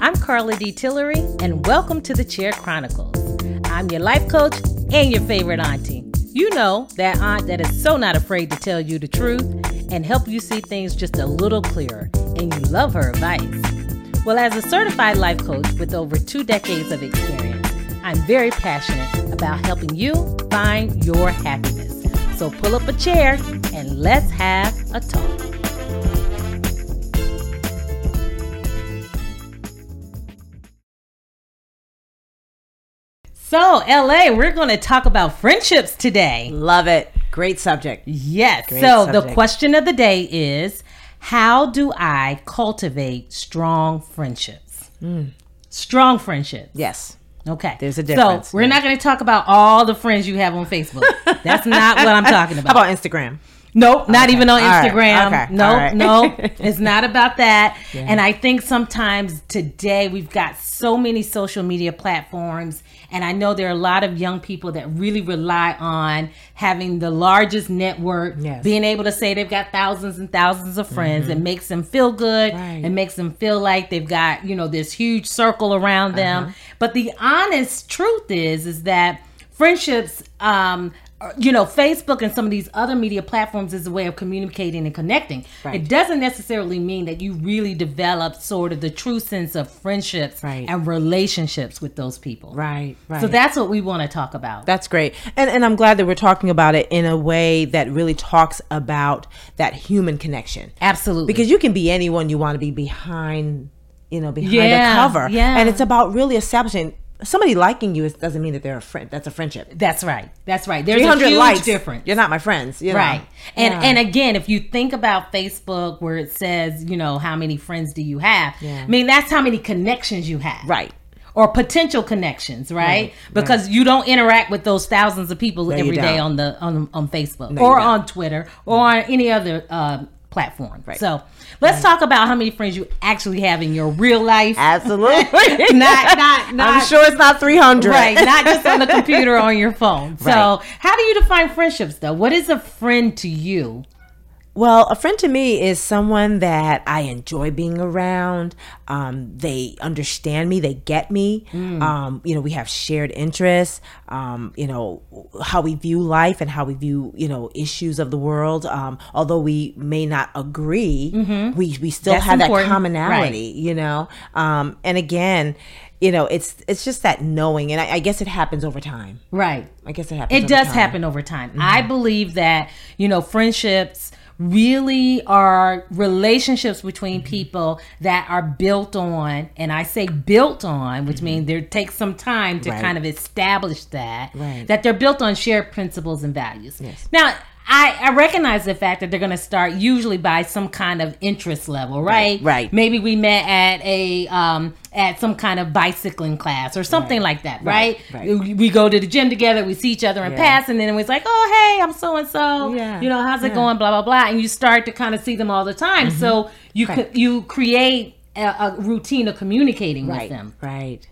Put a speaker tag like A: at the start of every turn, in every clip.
A: I'm Carla D. Tillery, and welcome to the Chair Chronicles. I'm your life coach and your favorite auntie. You know, that aunt that is so not afraid to tell you the truth and help you see things just a little clearer, and you love her advice. Well, as a certified life coach with over two decades of experience, I'm very passionate about helping you find your happiness. So pull up a chair and let's have a talk. So, LA, we're going to talk about friendships today.
B: Love it. Great subject.
A: Yes.
B: Great
A: so, the
B: subject.
A: question of the day is how do I cultivate strong friendships? Strong friendships.
B: Yes.
A: Okay.
B: Hmm. There's a difference,
A: So, we're not going to talk about all the friends you have on Facebook. That's not what I'm talking about.
B: How about Instagram?
A: Nope, not even on
B: All right.
A: Instagram.
B: Okay.
A: Nope,
B: All right.
A: nope. It's not about that. And I think sometimes today we've got so many social media platforms. And I know there are a lot of young people that really rely on having the largest network,
B: Yes. Mm-hmm.
A: being able to say they've got thousands and thousands of friends. It makes them feel good.
B: Right.
A: It makes them feel like they've got, you know, this huge circle around
B: Uh-huh.
A: them. But the honest truth is, is that friendships um are- you know facebook and some of these other media platforms is a way of communicating and connecting it doesn't necessarily mean that you really develop sort of the true sense of friendships
B: Right.
A: and relationships with those people
B: Right. Right.
A: so that's what we want to talk about
B: That's great. And and I'm glad that we're talking about it in a way that really talks about that human connection.
A: absolutely
B: Because you can be anyone you want to be behind, you know, behind
A: Yeah,
B: a cover.
A: yeah.
B: And it's about really establishing somebody liking you is- doesn't mean that they're a friend. That's a friendship.
A: that's right that's right there's a
B: 300
A: huge
B: likes.
A: difference
B: You're not my friends. You know?
A: Right. And
B: Yeah.
A: and again, if you think about Facebook where it says, you know, how many friends do you have?
B: Yeah.
A: I mean, that's how many connections you have.
B: Right.
A: Or potential connections, right?
B: Right,
A: Because you don't interact with those thousands of people
B: you
A: every day
B: don't.
A: on the on on Facebook
B: you
A: or
B: don't.
A: on Twitter or on any other um platform. Right. So let's talk about how many friends you actually have in your real life.
B: Absolutely.
A: not not not
B: I'm sure it's not 300.
A: Right, not just on the computer or on your phone. So,
B: Right.
A: how do you define friendships though? What is a friend to you?
B: Well, a friend to me is someone that I enjoy being around. Um, they understand me. They get me.
A: Mm.
B: Um, you know, we have shared interests. Um, you know, how we view life and how we view you know issues of the world. Um, although we may not agree, we we still
A: Mm-hmm. That's
B: have
A: important.
B: that commonality. You know, um, and again, you know, it's it's just that knowing, and I, I guess it happens over time.
A: Right.
B: I guess it happens.
A: It
B: over
A: does
B: time. Mm-hmm.
A: happen over time. I believe that, you know, friendships really are relationships between
B: Mm-hmm.
A: people that are built on, and I say built on, which means there takes some time to
B: Mm-hmm. Right.
A: kind of establish that,
B: Right.
A: that they're built on shared principles and values. Now, I, I recognize the fact that they're going to start usually by some kind of interest level, right?
B: right.
A: Maybe we met at a um, at some kind of bicycling class or something like that, right?
B: right.
A: we we go to the gym together, we see each other and pass, and then it was like, oh, hey, I'm so and so.
B: Yeah.
A: You know, how's it
B: Yeah. Mm-hmm.
A: going? Blah, blah, blah. And you start to kind of see them all the time. So you, co- you create a, a routine of communicating with
B: Right.
A: them.
B: Right.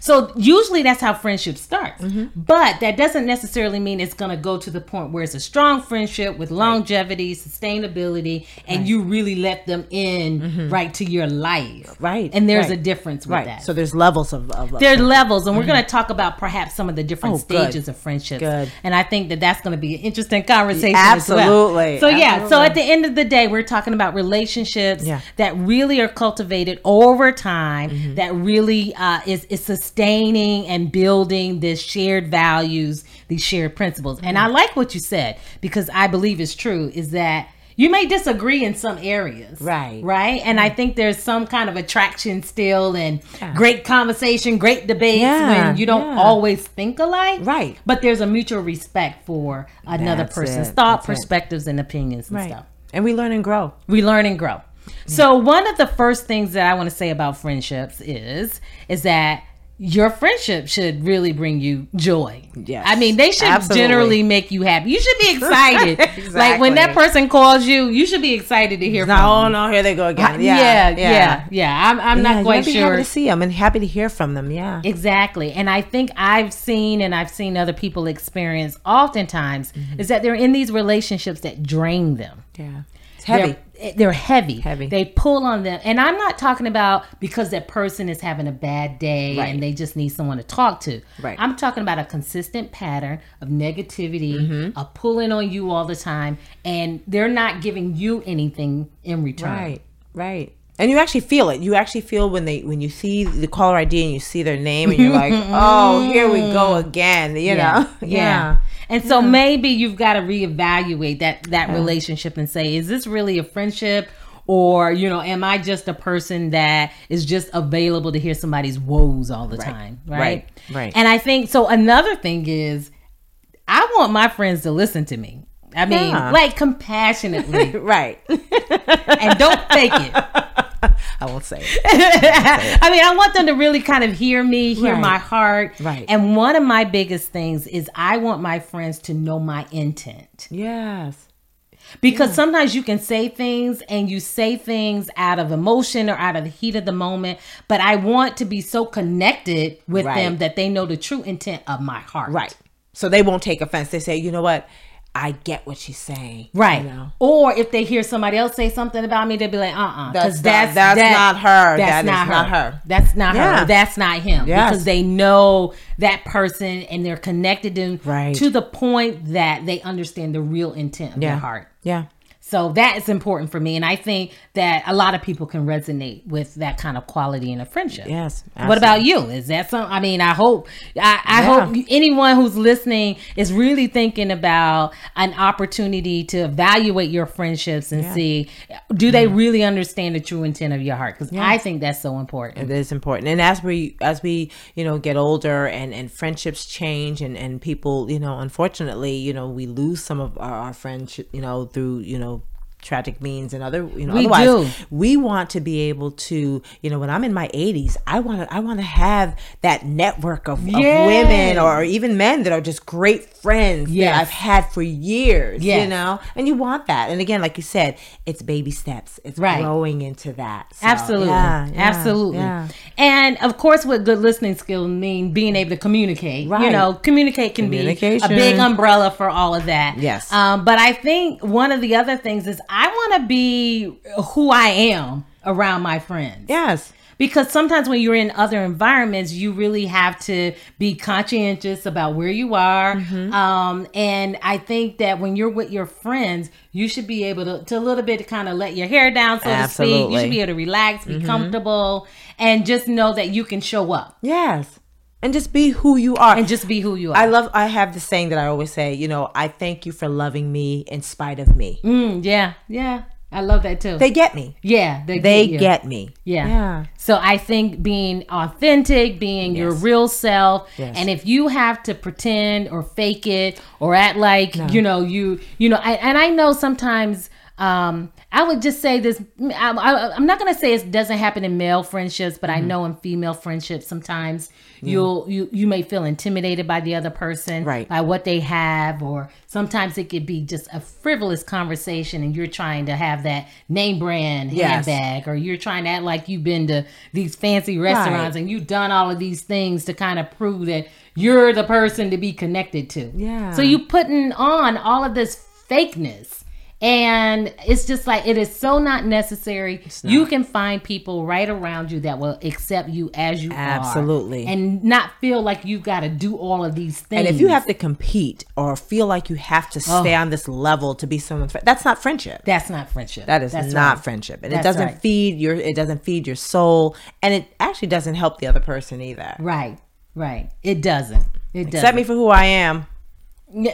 A: So usually that's how friendship starts.
B: Mm-hmm.
A: But that doesn't necessarily mean it's going to go to the point where it's a strong friendship with longevity, sustainability, and you really let them in right to your life.
B: Mm-hmm. Right,
A: And there's
B: right,
A: a difference with
B: Right.
A: that.
B: So there's levels of, of, of
A: There are levels, and we're going to talk about perhaps some of the different
B: Mm-hmm. Oh, good.
A: stages of friendships.
B: Good.
A: And I think that that's going to be an interesting conversation.
B: Absolutely.
A: As well. So yeah. So
B: Absolutely.
A: at the end of the day, we're talking about relationships
B: Yeah. Mm-hmm.
A: that really are cultivated over time. That really uh, is is sustaining and building this shared values, these shared principles. And
B: Mm-hmm.
A: I like what you said because I believe it's true. Is that you may disagree in some areas,
B: Right. Mm.
A: Right, and I think there's some kind of attraction still, and great conversation, great debate dates
B: Yeah,
A: when you don't
B: yeah.
A: always think alike.
B: Right.
A: But there's a mutual respect for another
B: That's
A: person's
B: it,
A: thought,
B: that's it.
A: perspectives, and opinions and stuff.
B: And we learn and grow.
A: We learn and grow. So one of the first things that I want to say about friendships is is that your friendship should really bring you joy.
B: Yes,
A: I mean, they should
B: absolutely.
A: generally make you happy. You should be excited. Like
B: Exactly.
A: when that person calls you, you should be excited to hear from
B: Oh
A: them.
B: no, here they go again.
A: Yeah,
B: Yeah,
A: yeah, yeah. I'm, I'm
B: Yeah,
A: not quite
B: you'll be
A: sure.
B: Happy to see them and happy to hear from them. Yeah,
A: Exactly. And I think I've seen and I've seen other people
B: Mm-hmm.
A: experience oftentimes is that they're in these relationships that drain them.
B: yeah. Heavy.
A: They're, they're heavy.
B: Heavy.
A: They pull on them. And I'm not talking about because that person is having a bad day
B: Right.
A: and they just need someone to talk to.
B: Right.
A: I'm talking about a consistent pattern of negativity,
B: Mm-hmm.
A: a pulling on you all the time, and they're not giving you anything in return.
B: Right, right. And you actually feel it. You actually feel when they when you see the caller ID and you see their name and you're like, oh, here we go again. You know,
A: Yeah. And so maybe you've got to reevaluate that that relationship and say, is this really a friendship? Or, you know, am I just a person that is just available to hear somebody's woes all the time? Right?
B: Right. Right.
A: And I think so another thing is I want my friends to listen to me. I mean,
B: Yeah.
A: like compassionately
B: right.
A: and don't fake it.
B: I won't say it.
A: I mean, I want them to really kind of hear me, hear
B: Right.
A: my heart.
B: Right.
A: And one of my biggest things is I want my friends to know my intent.
B: Yes.
A: Because sometimes you can say things and you say things out of emotion or out of the heat of the moment, but I want to be so connected with
B: Right.
A: them that they know the true intent of my heart.
B: Right. So they won't take offense. They say, you know what? I get what she's saying.
A: Right.
B: You know?
A: Or if they hear somebody else say something about me, they'll be like, uh uh
B: That's not- that's not her. That
A: That's
B: is
A: not,
B: not
A: her.
B: her.
A: That's not
B: Yeah.
A: her. That's not him.
B: Yes.
A: Because they know that person and they're connected to,
B: Right.
A: to the point that they understand the real intent of their heart.
B: Yeah.
A: So that is important for me. And I think that a lot of people can resonate with that kind of quality in a friendship.
B: Yes,
A: What about you? Is that some? I mean, I hope, I, I
B: Yeah.
A: hope anyone who's listening is really thinking about an opportunity to evaluate your friendships and see do they
B: Mm-hmm.
A: really understand the true intent of your heart? Because I think that's so important.
B: It is important. And as we as we, you know, get older and and friendships change and and people, you know, unfortunately, you know, we lose some of our, our friendship, you know, through, you know, tragic means and other you know
A: We
B: otherwise
A: do.
B: we want to be able to you know when i'm in my 80s i want to i want to have that network of, of
A: Yes.
B: women or even men that are just great friends
A: Yes.
B: that i've had for years
A: Yes.
B: you know and you want that and again like you said it's baby steps it's
A: Right.
B: growing into that So,
A: Absolutely.
B: yeah, yeah,
A: Absolutely.
B: yeah.
A: And of course what good listening skills mean being able to communicate. You
B: Right.
A: know, communicate can be a
B: Communication.
A: big umbrella for all of that.
B: Yes.
A: Um, but I think one of the other things is I wanna be who I am around my friends.
B: Yes.
A: Because sometimes when you're in other environments, you really have to be conscientious about where you are.
B: Mm-hmm.
A: Um, and I think that when you're with your friends, you should be able to, to a little bit kind of let your hair down, so to speak. You should
B: Absolutely. Mm-hmm.
A: be able to relax, be comfortable, and just know that you can show up
B: Yes. And just be who you are.
A: and just be who you are.
B: I love I have the saying that I always say, you know, I thank you for loving me in spite of me.
A: Mm, yeah, yeah. I love that too.
B: They get me.
A: yeah, they,
B: They
A: you.
B: get me.
A: Yeah.
B: Yeah.
A: So I think being authentic, being your real self,
B: Yes.
A: and if you have to pretend or fake it or act like you know you you know, I, and I know sometimes. Um, I would just say this. I, I, I'm not gonna say it doesn't happen in male friendships, but I
B: Mm-hmm.
A: know in female friendships sometimes you'll you you may feel intimidated by the other person,
B: Right.
A: By what they have, or sometimes it could be just a frivolous conversation, and you're trying to have that name brand
B: Yes.
A: handbag bag, or you're trying to act like you've been to these fancy restaurants
B: Right.
A: and you've done all of these things to kind of prove that you're the person to be connected to.
B: Yeah.
A: So you putting on all of this fakeness. And it's just like it is so not necessary. You can find people right around you that will accept you as you are.
B: Absolutely.
A: And not feel like you've got to do all of these things.
B: And if you have to compete or feel like you have to
A: Oh.
B: stay on this level to be someone's friend, that's not friendship.
A: that's not friendship.
B: That is
A: That's
B: not
A: right.
B: friendship. And
A: That's
B: it doesn't
A: right.
B: feed your it doesn't feed your soul and it actually doesn't help the other person either.
A: Right. Right. It doesn't. It doesn't.
B: Accept me for who I am.
A: Yeah.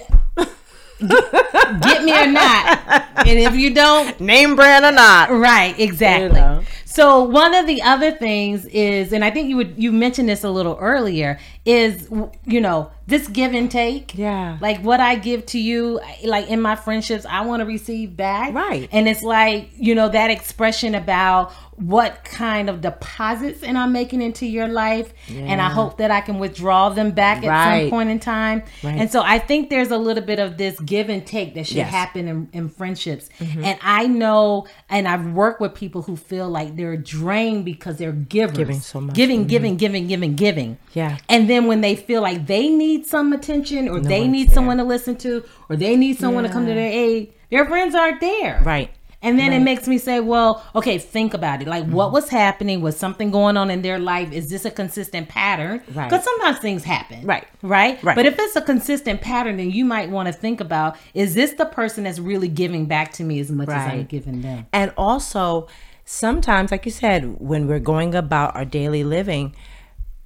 A: Get me or not. And if you don't,
B: Name brand or not.
A: right, exactly.
B: You know.
A: So one of the other things is and I think you would you mentioned this a little earlier is you know, this give and take.
B: Yeah.
A: Like what I give to you like in my friendships, I want to receive back.
B: Right.
A: And it's like, you know, that expression about what kind of deposits and I'm making into your life and I hope that I can withdraw them back at some
B: Right.
A: point in time.
B: Right.
A: And so I think there's a little bit of this give and take that should
B: Yes. Mm-hmm.
A: happen in, in friendships. And I know, and I've worked with people who feel like they're drained because they're givers.
B: Giving so much. Mm-hmm.
A: Giving, giving, giving, giving, giving.
B: Yeah.
A: And then when they feel like they need some attention or they need someone to listen to or they need someone to come to their aid, their friends aren't there.
B: Right. Mm-hmm.
A: And then it makes me say, well, okay, think about it. Like, what was happening? Was something going on in their life? Is this a consistent pattern?
B: Right.
A: Because sometimes things happen.
B: Right.
A: Right.
B: Right.
A: But if it's a consistent pattern, then you might want to think about is this the person that's really giving back to me as much as I'm
B: Right.
A: giving them?
B: And also, sometimes, like you said, when we're going about our daily living,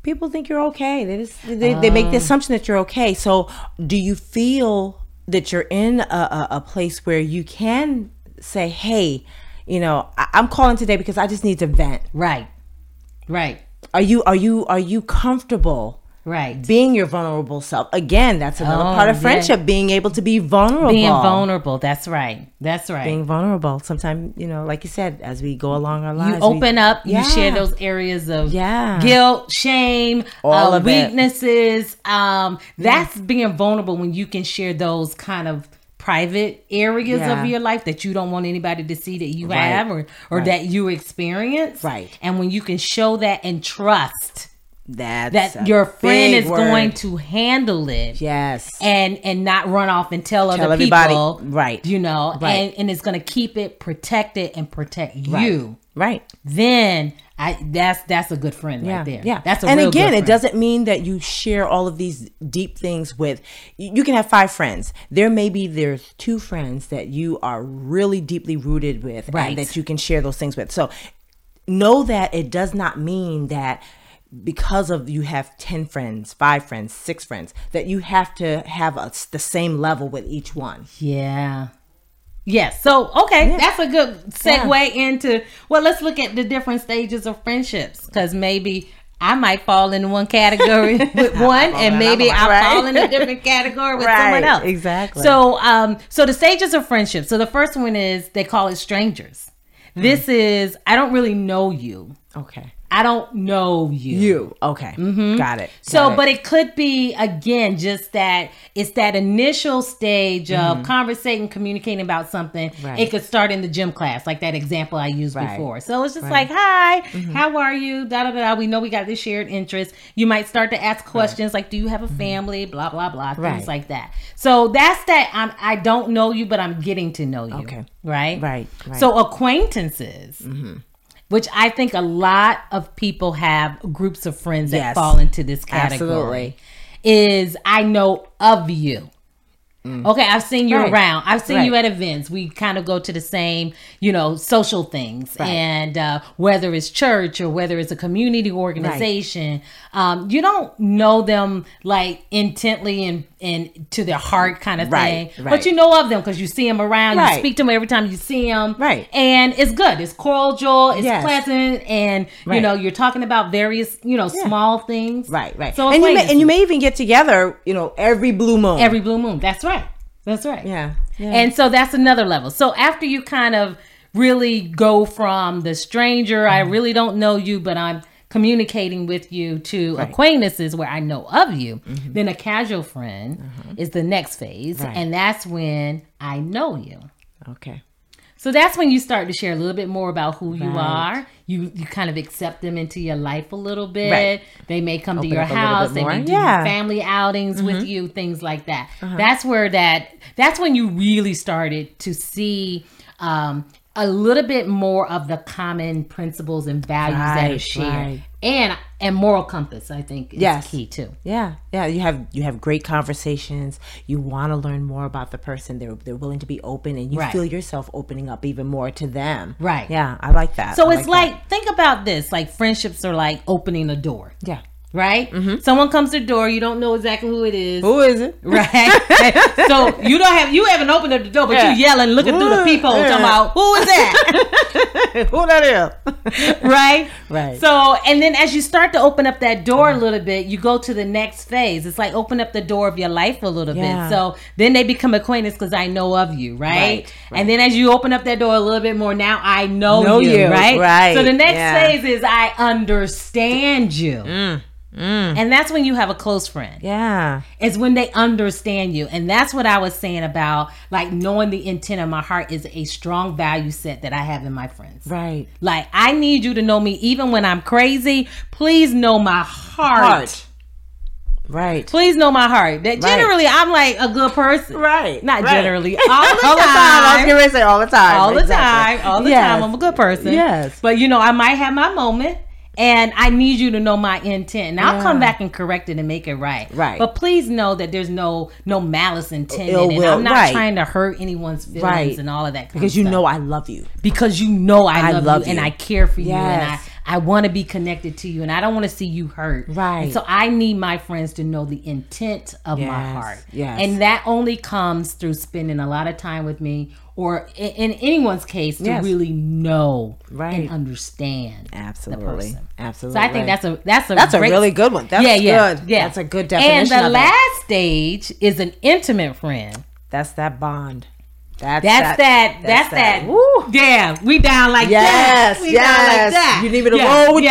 B: people think you're okay. They just they, they make
A: Ah.
B: the assumption that you're okay. So, do you feel that you're in a, a, a place where you can say, "Hey, you know, I, I'm calling today because I just need to vent."
A: Right. Right.
B: Are you are you are you comfortable?
A: Right.
B: Being your vulnerable self. Again, that's another
A: Oh,
B: part of
A: yeah.
B: friendship, being able to be vulnerable.
A: Being vulnerable. That's right. That's right.
B: Being vulnerable. Sometimes, you know, like you said, as we go along our
A: you
B: lives, we-
A: open up, you share
B: Yeah.
A: those areas of
B: Yeah.
A: guilt, shame,
B: Uh-uh. All
A: uh,
B: of it.
A: weaknesses. Um, that's being vulnerable when you can share those kind of private areas
B: Yeah.
A: of your life that you don't want anybody to see that you have or, or that you experience.
B: Right.
A: And when you can show that and trust
B: That's
A: that
B: a
A: your friend
B: big
A: is going
B: word.
A: to handle it.
B: yes
A: And, and not run off and tell,
B: tell
A: other
B: everybody
A: people,
B: right
A: you know,
B: Right.
A: and, and it's going to keep it protected and protect you
B: right
A: then I that's that's a good friend
B: yeah
A: right there.
B: yeah
A: that's a
B: and
A: real
B: again
A: good
B: it
A: friend.
B: doesn't mean that you share all of these deep things with you you can have five friends there may be there's two friends that you are really deeply rooted with
A: Right.
B: and that you can share those things with so know that it does not mean that because of you have 10 friends, 5 friends, 6 friends that you have to have a, the same level with each one.
A: Yeah. Yes. So okay, that's a good segue into well, let's look at the different stages of friendships because maybe I might fall in one category with one, and
B: in
A: maybe
B: another
A: I'll
B: one, right?
A: fall in a different category with someone
B: Right,
A: else.
B: exactly.
A: So, um, so the stages of friendship. So the first one is they call it strangers.
B: Hmm.
A: This is I don't really know you.
B: Okay.
A: I don't know you.
B: You. Okay. Got it.
A: Mm-hmm. So,
B: Got it.
A: but it could be again just that it's that initial stage of conversating, communicating about something.
B: Mm-hmm. Right.
A: It could start in the gym class, like that example I used
B: Right. Mm-hmm.
A: before. So it's just like, "Hi, how are you?" Da da da. We know we got this shared interest. You might start to ask questions like, "Do you have a family?" Blah blah blah. Things
B: Mm-hmm. Right.
A: like that. So that's that. I'm, I don't know you, but I'm getting to know you.
B: Okay.
A: Right.
B: Right, right. Mm-hmm.
A: So acquaintances. Which I think a lot of people have groups of friends that
B: Yes.
A: fall into this category
B: Absolutely.
A: is I know of you. Okay, I've seen you
B: Mm. Right.
A: around. I've seen you
B: Right.
A: at events. We kind of go to the same, you know, social things, and uh, whether it's church or whether it's a community organization, um, you don't know them like intently and and to their heart kind of
B: Right,
A: thing, but
B: right.
A: you know of them because you see them around. You
B: Right.
A: speak to them every time you see them,
B: Right.
A: And it's good. It's cordial. It's
B: Yes.
A: pleasant, and you
B: Right.
A: know you're talking about various, you know, small things.
B: Right, right.
A: So
B: and you may,
A: acquaintances.
B: and you may even get together, you know, every blue moon.
A: Every blue moon. That's right. That's right.
B: yeah, yeah.
A: And so that's another level. So after you kind of really go from the stranger, I
B: Mm-hmm.
A: really don't know you, but I'm communicating with you to acquaintances where I know of you, then a casual friend is the next phase.
B: Mm-hmm. Right.
A: And that's when I know you.
B: okay.
A: So that's when you start to share a little bit more about who you
B: Right.
A: are. You you kind of accept them into your life a little bit.
B: Right.
A: They may come to
B: Open
A: your
B: up a little bit
A: house. They may
B: more.
A: do
B: Yeah. Mm-hmm. Uh-huh.
A: family outings with you, things like that. That's where that that's when you really started to see um, a little bit more of the common principles and values that are
B: Right,
A: shared.
B: right.
A: And and moral compass, I think, is
B: Yes.
A: key too.
B: Yeah, yeah. You have you have great conversations. You want to learn more about the person. They're they're willing to be open, and you
A: Right.
B: feel yourself opening up even more to them.
A: Right.
B: Yeah, I like that.
A: So
B: I
A: it's
B: that.
A: like think about this. Like friendships are like opening a door.
B: yeah.
A: right?
B: Mm-hmm.
A: Someone comes to the door, you don't know exactly who it is,
B: Who is it?
A: right? so you don't have you haven't opened up the door, but
B: Yeah.
A: you yelling, looking through the
B: Ooh,
A: people, talking
B: yeah.
A: about who is that,
B: Who that is?
A: right?
B: Right.
A: So and then as you start to open up that door a little bit, you go to the next phase. It's like open up the door of your life a little
B: Yeah.
A: bit. So then they become acquaintance because I know of you, right?
B: Right,
A: And then as you open up that door a little bit more, now I know,
B: Know
A: you,
B: you,
A: right?
B: right,
A: So the next
B: yeah. Mm.
A: phase is I understand you. And that's when you have a close friend.
B: yeah.
A: is when they understand you. And that's what I was saying about like knowing the intent of my heart is a strong value set that I have in my friends.
B: Right.
A: Like I need you to know me even when I'm crazy. Please know my heart.
B: Heart. Right.
A: Please know my heart. That generally I'm like a good person.
B: Right.
A: Not
B: right.
A: generally. All the
B: All the time. I was
A: time.
B: getting ready to say all the time.
A: All the
B: Exactly.
A: time. All the
B: Yes.
A: time. I'm a good person.
B: Yes.
A: But you know, I might have my moment and I need you to know my intent. And I'll come back and correct it and make it right.
B: Right.
A: But please know that there's no no malice intended.
B: Ill
A: and
B: will,
A: I'm not
B: right.
A: trying to hurt anyone's feelings
B: Right.
A: and all of that. Kind
B: Because
A: of
B: you
A: stuff.
B: know I love you.
A: because you know I,
B: I
A: love,
B: love
A: you, and
B: you.
A: I care for you and
B: Yes.
A: I, I want to be connected to you and I don't want to see you hurt.
B: Right.
A: And so I need my friends to know the intent of my
B: Yes,
A: heart.
B: yes.
A: And that only comes through spending a lot of time with me or in, in anyone's case to
B: Yes.
A: really know and
B: Right.
A: understand.
B: Absolutely.
A: person.
B: Absolutely.
A: So I think that's a that's a
B: that's a
A: great-
B: really good one. That's
A: yeah, yeah,
B: good.
A: yeah.
B: That's a good definition.
A: And the
B: of it.
A: last stage is an intimate friend.
B: That's that bond. That's,
A: That's that. That's, that.
B: Woo.
A: Yeah, we down like
B: Yes,
A: that. We down
B: yes.
A: like that.
B: You need me to
A: Yeah,
B: roll with you?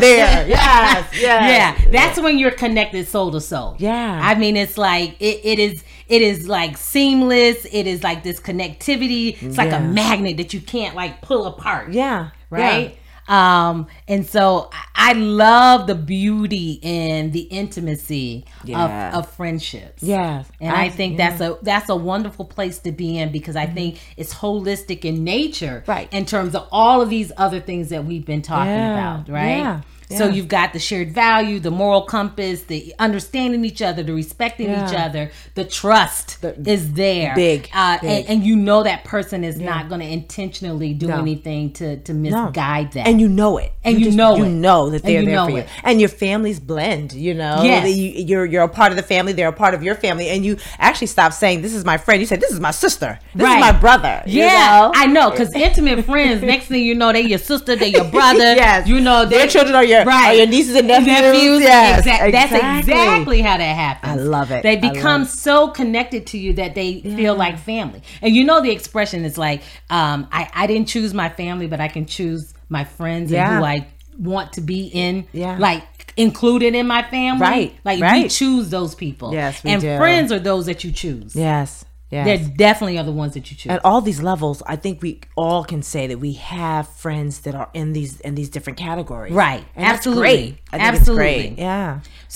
B: there. Yes, yes.
A: Yeah, that's when you're connected soul to soul.
B: Yeah.
A: I mean, it's like it, it is. It is like seamless. It is like this connectivity. It's like
B: Yeah.
A: a magnet that you can't like pull apart.
B: Yeah.
A: Right. Um, and so I I love the beauty and the intimacy
B: Yeah.
A: of, of friendships.
B: Yeah. Yes.
A: And I, think that's a that's a wonderful place to be in because I think it's holistic in nature,
B: Right.
A: In terms of all of these other things that we've been talking
B: Yeah,
A: about, right?
B: yeah,
A: So
B: yeah.
A: you've got the shared value, the moral compass, the understanding each other, the respecting each
B: Yeah.
A: other, the trust
B: The-
A: is there,
B: Big,
A: uh,
B: big.
A: And, and you know that person is not going to intentionally do
B: No.
A: anything to to misguide that.
B: and you know it,
A: And you know
B: you
A: it.
B: know that
A: And
B: they're
A: you
B: there
A: know
B: for you,
A: it.
B: and your families blend. You know,
A: Yes.
B: That you, you're you're a part of the family, they're a part of your family, and you actually stop saying this is my friend. You say this is my sister, this
A: Right.
B: is my brother. you
A: yeah,
B: know?
A: I know, because intimate friends. Next thing you know, they your sister, they your brother.
B: Yes.
A: you know
B: Their children are your- are your nieces and nephews. Yes,
A: exact- That's
B: exactly.
A: exactly how that happens.
B: I love it.
A: They
B: I love
A: become
B: it.
A: so connected to you that they feel like family. And you know the expression is like, um, I I didn't choose my family, but I can choose my friends and
B: Yeah.
A: who I want to be in.
B: Yeah.
A: like. Included in my family,
B: Right,
A: Like we
B: right.
A: choose those people,
B: Yes, we
A: and
B: do.
A: friends are those that you choose.
B: yes, yes.
A: They definitely are the ones that you choose.
B: at all these levels i think we all can say that we have friends that are in these in these different categories
A: Right.
B: And that's
A: Absolutely.
B: great. I think it's
A: Absolutely.
B: great. yeah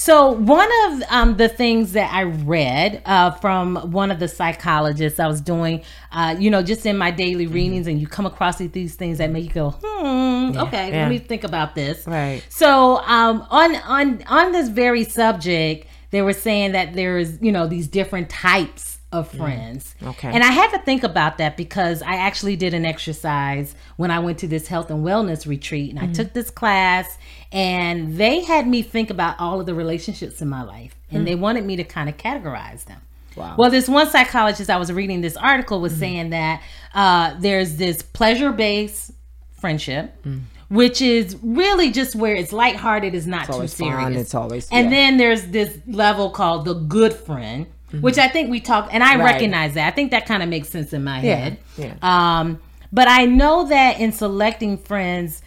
A: So one of um, the things that I read uh, from one of the psychologists I was doing, uh, you know, just in my daily
B: Mm-hmm.
A: readings, and you come across these- these things that make you go, hmm, okay,
B: Yeah.
A: let me think about this.
B: Right.
A: So um, on on on this very subject, they were saying that there is, you know, these different types of friends.
B: Mm. Okay.
A: And I had to think about that because I actually did an exercise when I went to this health and wellness retreat
B: Mm-hmm.
A: and I took this class and they had me think about all of the relationships in my life and they wanted me to kind of categorize them.
B: Mm. Wow. Mm-hmm.
A: Well, this one psychologist I was reading this article was saying that uh, there's this pleasure based friendship,
B: Mm.
A: which is really just where it's lighthearted, it's not too
B: always fun,
A: serious.
B: it's always-
A: and
B: yeah.
A: then there's this level called the good friend, which I think we talk, and I
B: Mm-hmm. Right.
A: recognize that. I think that kind of makes sense in my head.
B: yeah.
A: Um, but I know that in selecting friends,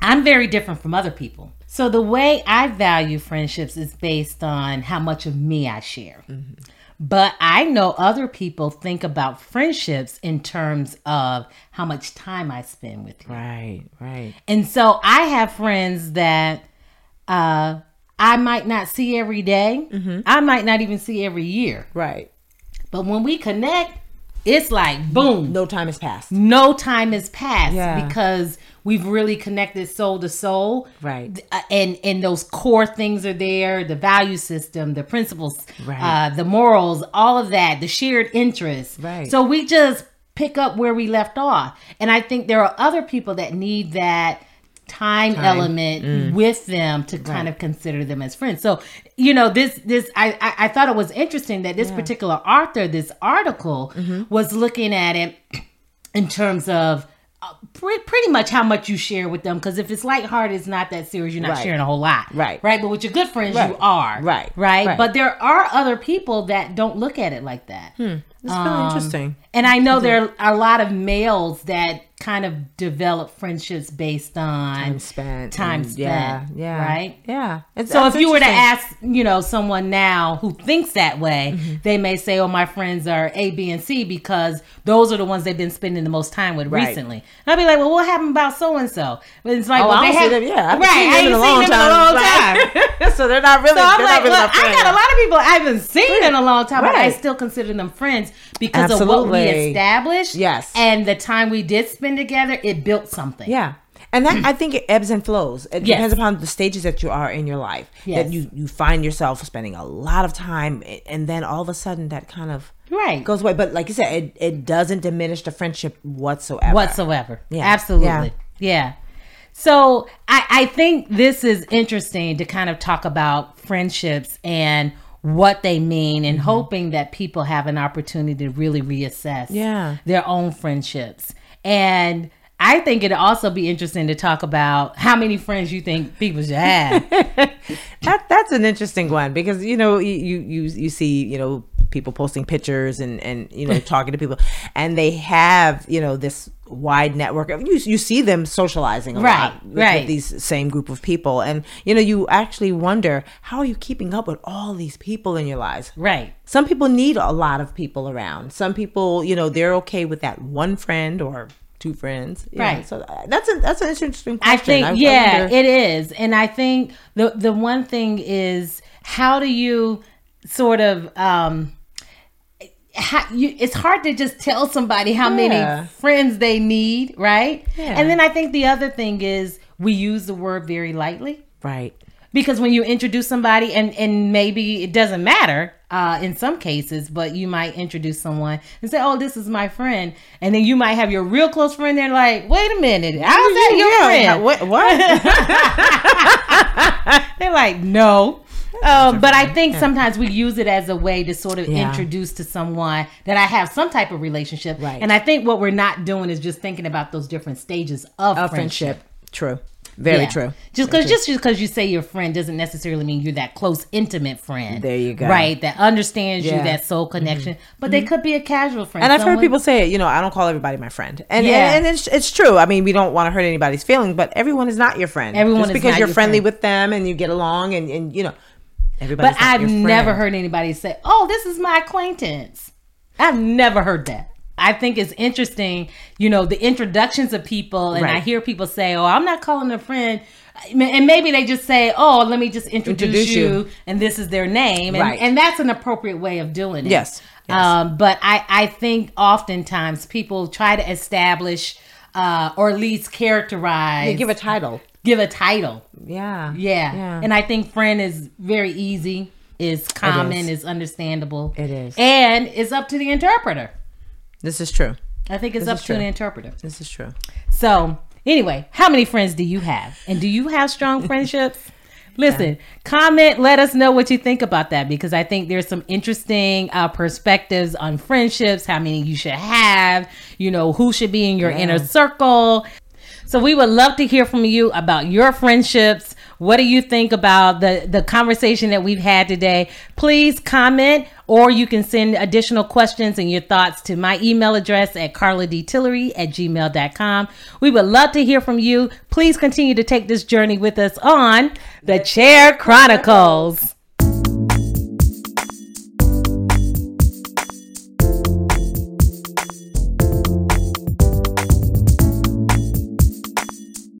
A: I'm very different from other people. So the way I value friendships is based on how much of me I share.
B: Mm-hmm.
A: But I know other people think about friendships in terms of how much time I spend with you.
B: right right
A: And so I have friends that uh, I might not see every day. I might not even see every year.
B: right
A: But when we connect, it's like boom
B: no time has passed
A: no time has passed
B: Yeah.
A: because we've really connected soul to soul
B: Right.
A: Uh, and and those core things are there the value system the principles
B: Right.
A: uh, the morals all of that the shared interests
B: Right.
A: so we just pick up where we left off and i think there are other people that need that time, element
B: Mm.
A: with them to kind of consider them as friends so you know this this i i, I thought it was interesting that this particular author this article
B: Mm-hmm.
A: was looking at it in terms of uh, pre- pretty much how much you share with them. Because if it's lighthearted, it's not that serious. You're not
B: Right.
A: sharing a whole lot.
B: Right.
A: Right. But with your good friends, you
B: Right.
A: are.
B: Right.
A: right.
B: Right.
A: But there are other people that don't look at it like that.
B: It's really
A: Um,
B: interesting.
A: And I
B: Hmm.
A: know there are a lot of males that kind of develop friendships based on
B: Time spent.
A: time
B: and- Yeah.
A: spent,
B: Yeah.
A: right?
B: Yeah. It's,
A: So
B: that's
A: if you were to
B: interesting. Mm-hmm.
A: ask, you know, someone now who thinks that way, they may say, "Oh, my friends are A, B, and C because those are the ones they've been spending the most time with
B: Right.
A: recently." And I'd be like, "Well, what happened about so and so?" But it's like,
B: Oh,
A: well,
B: I
A: they
B: don't see
A: have,
B: them. Yeah, I haven't
A: right.
B: seen
A: I
B: them in
A: ain't
B: a
A: seen
B: long
A: them in a
B: time.
A: long
B: Like-
A: time.
B: so they're not really.
A: So I'm
B: they're
A: like,
B: not really
A: look,
B: my
A: I
B: friends.
A: got a lot of people I haven't seen in a long time, but I
B: Right.
A: still consider them friends because of what we
B: Absolutely.
A: established.
B: Yes.
A: And the time we did spend together, it built something.
B: Yeah. And that I think it ebbs and flows. It
A: Hmm. Yes.
B: depends upon the stages that you are in your life.
A: Yes.
B: That you, you find yourself spending a lot of time a- and then all of a sudden that kind of
A: Right.
B: goes away. But like you said, it, it doesn't diminish the friendship whatsoever.
A: whatsoever.
B: Yeah.
A: Absolutely. Yeah.
B: Yeah.
A: So I, I think this is interesting to kind of talk about friendships and what they mean and
B: Mm-hmm.
A: hoping that people have an opportunity to really reassess
B: Yeah.
A: their own friendships. And I think it'd also be interesting to talk about how many friends you think people should have.
B: That that's an interesting one because you know you you you, you see you know people posting pictures and and you know talking to people and they have you know this wide network of you you see them socializing a
A: Right,
B: lot with,
A: right.
B: with these same group of people and you know you actually wonder how are you keeping up with all these people in your lives
A: right.
B: some people need a lot of people around some people you know they're okay with that one friend or two friends you know.
A: Right.
B: so uh, that's a that's an interesting
A: I
B: question
A: think yeah,
B: wonder-
A: it is. And I think the the one thing is how do you sort of um how, you, it's hard to just tell somebody how
B: Yeah.
A: many friends they need, right?
B: Yeah.
A: And then I think the other thing is we use the word very lightly
B: right
A: because when you introduce somebody and and maybe it doesn't matter uh, in some cases but you might introduce someone and say oh this is my friend and then you might have your real close friend there like wait a minute how's that your
B: Yeah,
A: friend
B: what what
A: They're like, no. Um, but I think sometimes we use it as a way to sort of
B: Yeah.
A: introduce to someone that I have some type of relationship.
B: Right.
A: And I think what we're not doing is just thinking about those different stages of
B: A
A: friendship.
B: friendship. True. Very
A: Yeah.
B: true.
A: Just because just because you say you're a friend doesn't necessarily mean you're that close, intimate friend.
B: There you go.
A: Right, that understands you,
B: Yeah. Mm-hmm.
A: that soul connection. But they could be a casual friend.
B: And I've
A: Someone-
B: heard people say it, you know, I don't call everybody my friend. And
A: Yeah.
B: and, and it's, it's true. I mean, we don't want to hurt anybody's feelings, but everyone is not your friend.
A: Everyone
B: Just
A: is
B: because
A: not
B: you're
A: your
B: friendly
A: friend.
B: with them and you get along and, and you know, everybody's
A: But
B: not
A: I've
B: your
A: never
B: friend.
A: heard anybody say, "Oh, this is my acquaintance." I've never heard that. I think it's interesting, you know, the introductions of people, and I
B: Right.
A: hear people say, "Oh, I'm not calling a friend," and maybe they just say, "Oh, let me just introduce,
B: Introduce
A: you,
B: you.
A: and this is their name," and,
B: Right.
A: and that's an appropriate way of doing it.
B: Yes, yes.
A: Um, but I, I think oftentimes people try to establish uh, or at least characterize,
B: They give a title.
A: give a title.
B: Yeah.
A: Yeah.
B: Yeah.
A: And I think friend is very easy, is common, is.
B: is.
A: understandable.
B: It is.
A: And it's up to the interpreter.
B: this is true.
A: I think it's
B: This
A: up
B: is
A: to the
B: true.
A: interpreter.
B: This is true.
A: So, anyway, how many friends do you have? And do you have strong friendships? Listen, comment, let us know what you think about that because I think there's some interesting uh, perspectives on friendships, how many you should have, you know, who should be in your inner circle. So we would love to hear from you about your friendships. What do you think about the the conversation that we've had today? Please comment or you can send additional questions and your thoughts to my email address at carladtillery at gmail.com. We would love to hear from you. Please continue to take this journey with us on The Chair Chronicles.